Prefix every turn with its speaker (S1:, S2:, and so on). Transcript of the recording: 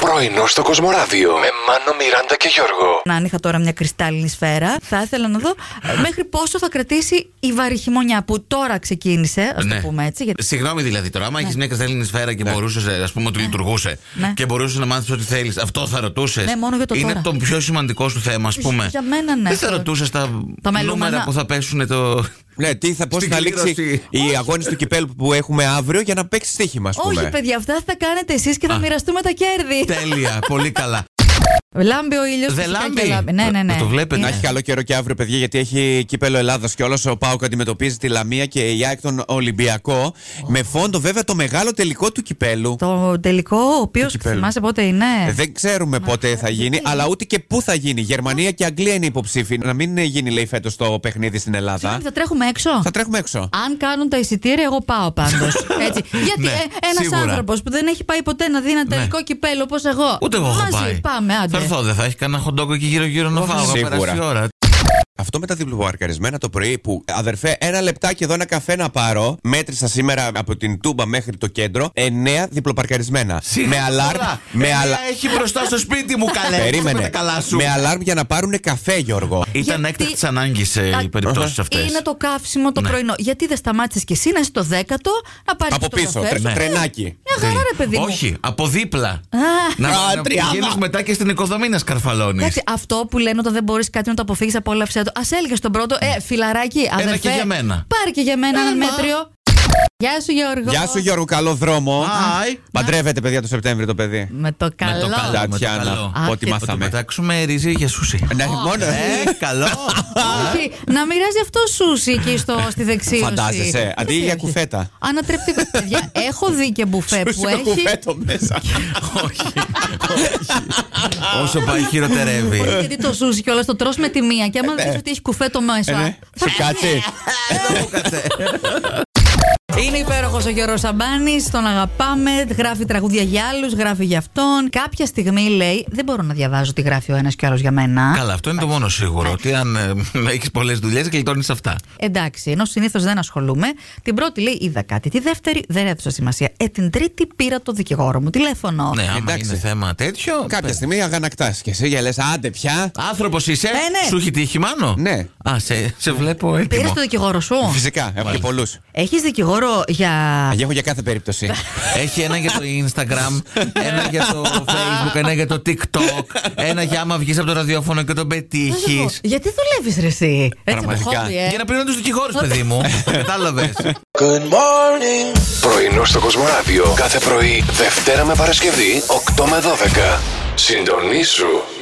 S1: Πρωινό στο Κοσμοράδιο με Μάνο, Μιράντα και Γιώργο.
S2: Αν είχα τώρα μια κρυστάλλινη σφαίρα, θα ήθελα να δω ε, μέχρι πόσο θα κρατήσει η βαρύ χειμωνιά που τώρα ξεκίνησε, ας
S3: Ναι.
S2: το πούμε έτσι. Γιατί...
S3: Συγγνώμη δηλαδή τώρα, άμα έχεις μια κρυστάλλινη σφαίρα
S4: Ναι.
S3: και μπορούσε, ας πούμε, ότι λειτουργούσε
S2: Ναι.
S3: και μπορούσες να μάθεις ό,τι θέλεις, αυτό θα ρωτούσες.
S2: Ναι, μόνο για το
S3: Είναι
S2: τώρα.
S3: το πιο σημαντικό σου θέμα, ας πούμε.
S2: Για μένα, ναι.
S3: Δεν θα ρωτούσες τα
S2: Τα μελούμενα.
S3: νούμερα που θα πέσουν το.
S4: Ναι, τι θα, πώς
S3: Στην
S4: θα λήξει
S3: κλήρωση.
S4: οι αγώνες του κυπέλου που έχουμε αύριο για να παίξει στοίχημα, ας πούμε.
S2: Όχι, παιδιά, αυτά θα τα κάνετε εσείς και θα μοιραστούμε τα κέρδη.
S3: Τέλεια, πολύ καλά.
S2: Λάμπει ο ήλιος.
S3: Δεν λάμπει.
S2: Ναι, ναι, ναι.
S3: Να το βλέπετε.
S4: Να έχει καλό καιρό και αύριο, παιδιά, γιατί έχει κύπελο Ελλάδα και όλο ο Πάοκ αντιμετωπίζει τη Λαμία και η ΑΕΚ τον Ολυμπιακό. Με φόντο, βέβαια, το μεγάλο τελικό του κυπέλου.
S2: Το ναι. τελικό, ο οποίο
S4: κυπέλλου.
S2: θυμάσαι πότε
S3: Ε,
S2: είναι.
S4: Δεν ξέρουμε πότε θα γίνει, αλλά ούτε και πού θα γίνει. Γερμανία και Αγγλία είναι υποψήφοι. Να μην ε, γίνει, λέει, φέτος το παιχνίδι στην Ελλάδα.
S2: Συγγνώμη, Θα τρέχουμε έξω.
S4: Θα τρέχουμε έξω.
S2: Αν κάνουν τα εισιτήρια, εγώ πάω πάντως. Γιατί
S3: Ναι,
S2: ένας
S3: σίγουρα. Ναι.
S2: άνθρωπος που δεν έχει πάει ποτέ να δει ένα τελικό κυπέλο όπως εγώ.
S3: Ούτε εγώ έχω
S2: Μαζί
S3: πάει.
S2: πάμε, άντε.
S3: Θα έρθω, δεν θα έχει κανένα χοντόκο εκεί γύρω-γύρω να φάω. θα
S4: Σίγουρα.
S3: περάσει η ώρα.
S4: Αυτό με τα διπλουαρκαρισμένα το πρωί που αδερφέ, ένα λεπτάκι εδώ ένα καφέ να πάρω. Μέτρησα σήμερα από την Τούμπα μέχρι το κέντρο. Εννέα διπλοπαρκαρισμένα.
S3: Σίγουρα.
S4: Με αλάρμ. Με αλα...
S3: Έλα, Έχει μπροστά στο σπίτι μου καλέ. Με τα
S4: Περίμενε.
S3: ναι, καλά σου.
S4: Με αλάρμ για να πάρουν καφέ, Γιώργο.
S3: Ήταν
S2: Γιατί-
S3: έκτακτη ανάγκη
S2: Α,
S3: οι περιπτώσει αυτές.
S2: Είναι το καύσιμο το πρωινό. Γιατί δεν σταμάτησες κι εσύ να είσαι στο δέκατο να πάρεις
S4: Ναι. Από
S2: το
S4: πίσω.
S2: καφέ
S4: τρε-
S2: σου.
S3: Ναι.
S4: Τρενάκι.
S2: Μια χαρά, ρε παιδί μου.
S3: Όχι, από δίπλα. Να,
S4: Α,
S3: να
S4: τριάδα.
S3: πηγαίνεις μετά και στην οικοδομή να σκαρφαλώνεις.
S2: Εντάξει, αυτό που λένε όταν δεν μπορείς κάτι να το αποφύγεις, απόλαυσέ το. Ας έλεγες τον πρώτο, ε, φιλαράκι, αδερφέ.
S3: και για μένα.
S2: Πάρε και για μένα ένα μέτριο. Γεια σου, Γιώργο.
S4: Γεια σου, Γιώργο, καλό δρόμο.
S3: Άι.
S4: Παντρεύεται, παιδιά, το Σεπτέμβριο το παιδί.
S2: Με το
S3: Με
S2: καλό.
S3: το καλό. με το
S4: Τατιάνα,
S3: καλό.
S2: Α,
S4: ό,τι
S2: και-
S3: Θα
S4: μάθαμε.
S3: πετάξουμε ρύζι για σούσι.
S4: Ναι, μόνο.
S3: Ε, καλό.
S2: Όχι, να μοιράζει αυτό σούσι εκεί στο, στη δεξίωση.
S4: Φαντάζεσαι,
S2: Γιατί
S4: αντί για
S2: όχι.
S4: κουφέτα.
S2: Ανατρεπτή, παιδιά. Έχω δει και μπουφέ Ε,
S4: Σου
S2: που
S4: είπε
S2: έχει.
S4: κουβέτο μέσα.
S3: Όχι.
S4: Ε,
S3: Όσο πάει χειροτερεύει.
S2: Μπορεί γιατί το σούσι κιόλας το τρως με τη μία. Και άμα δεις ότι έχει κουφέτο μέσα.
S4: Ε, ναι.
S2: θα-
S4: Σου κάτσει.
S2: Είναι υπέροχος ο Γιώργος Σαμπάνης, τον αγαπάμε. Γράφει τραγούδια για άλλους, γράφει για αυτόν. Κάποια στιγμή λέει: Δεν μπορώ να διαβάζω τι γράφει ο ένας και ο άλλος για μένα.
S3: Καλά, αυτό είναι το μόνο σίγουρο. Ότι αν ε, έχεις πολλές δουλειές, γλιτώνει αυτά.
S2: Εντάξει, ενώ συνήθως δεν ασχολούμαι. Την πρώτη λέει: Είδα κάτι. Τη δεύτερη δεν έδωσα σημασία. Ε, την τρίτη πήρα το δικηγόρο μου τηλέφωνο.
S3: Ναι, άμα
S4: εντάξει.
S3: είναι θέμα τέτοιο.
S4: Κάποια στιγμή αγανακτάς και εσύ για λες, άντε πια.
S3: Άνθρωπος είσαι,
S2: ναι.
S3: σου έχει τύχει μάνο.
S4: Ναι.
S3: Α, σε, σε βλέπω
S2: Πήρε
S3: έτοιμο.
S2: το δικηγόρο σου.
S4: Φυσικά, έχω και πολλούς.
S2: Έχεις δικηγόρο για.
S4: Έχω για κάθε περίπτωση.
S3: Έχει ένα για το Instagram, ένα για το Facebook, ένα για το TikTok, ένα για άμα βγεις από το ραδιόφωνο και τον πετύχεις.
S2: Γιατί δουλεύεις ρε εσύ. Έτσι από
S4: Πραγματικά.
S2: χόμπι, ε.
S3: Για να πληρώνει τους δικηγόρους, παιδί μου. Κατάλαβες.
S1: Πρωινό στο Κοσμοράδιο κάθε πρωί, Δευτέρα με Παρασκευή, 8 με 12. Συντονίσου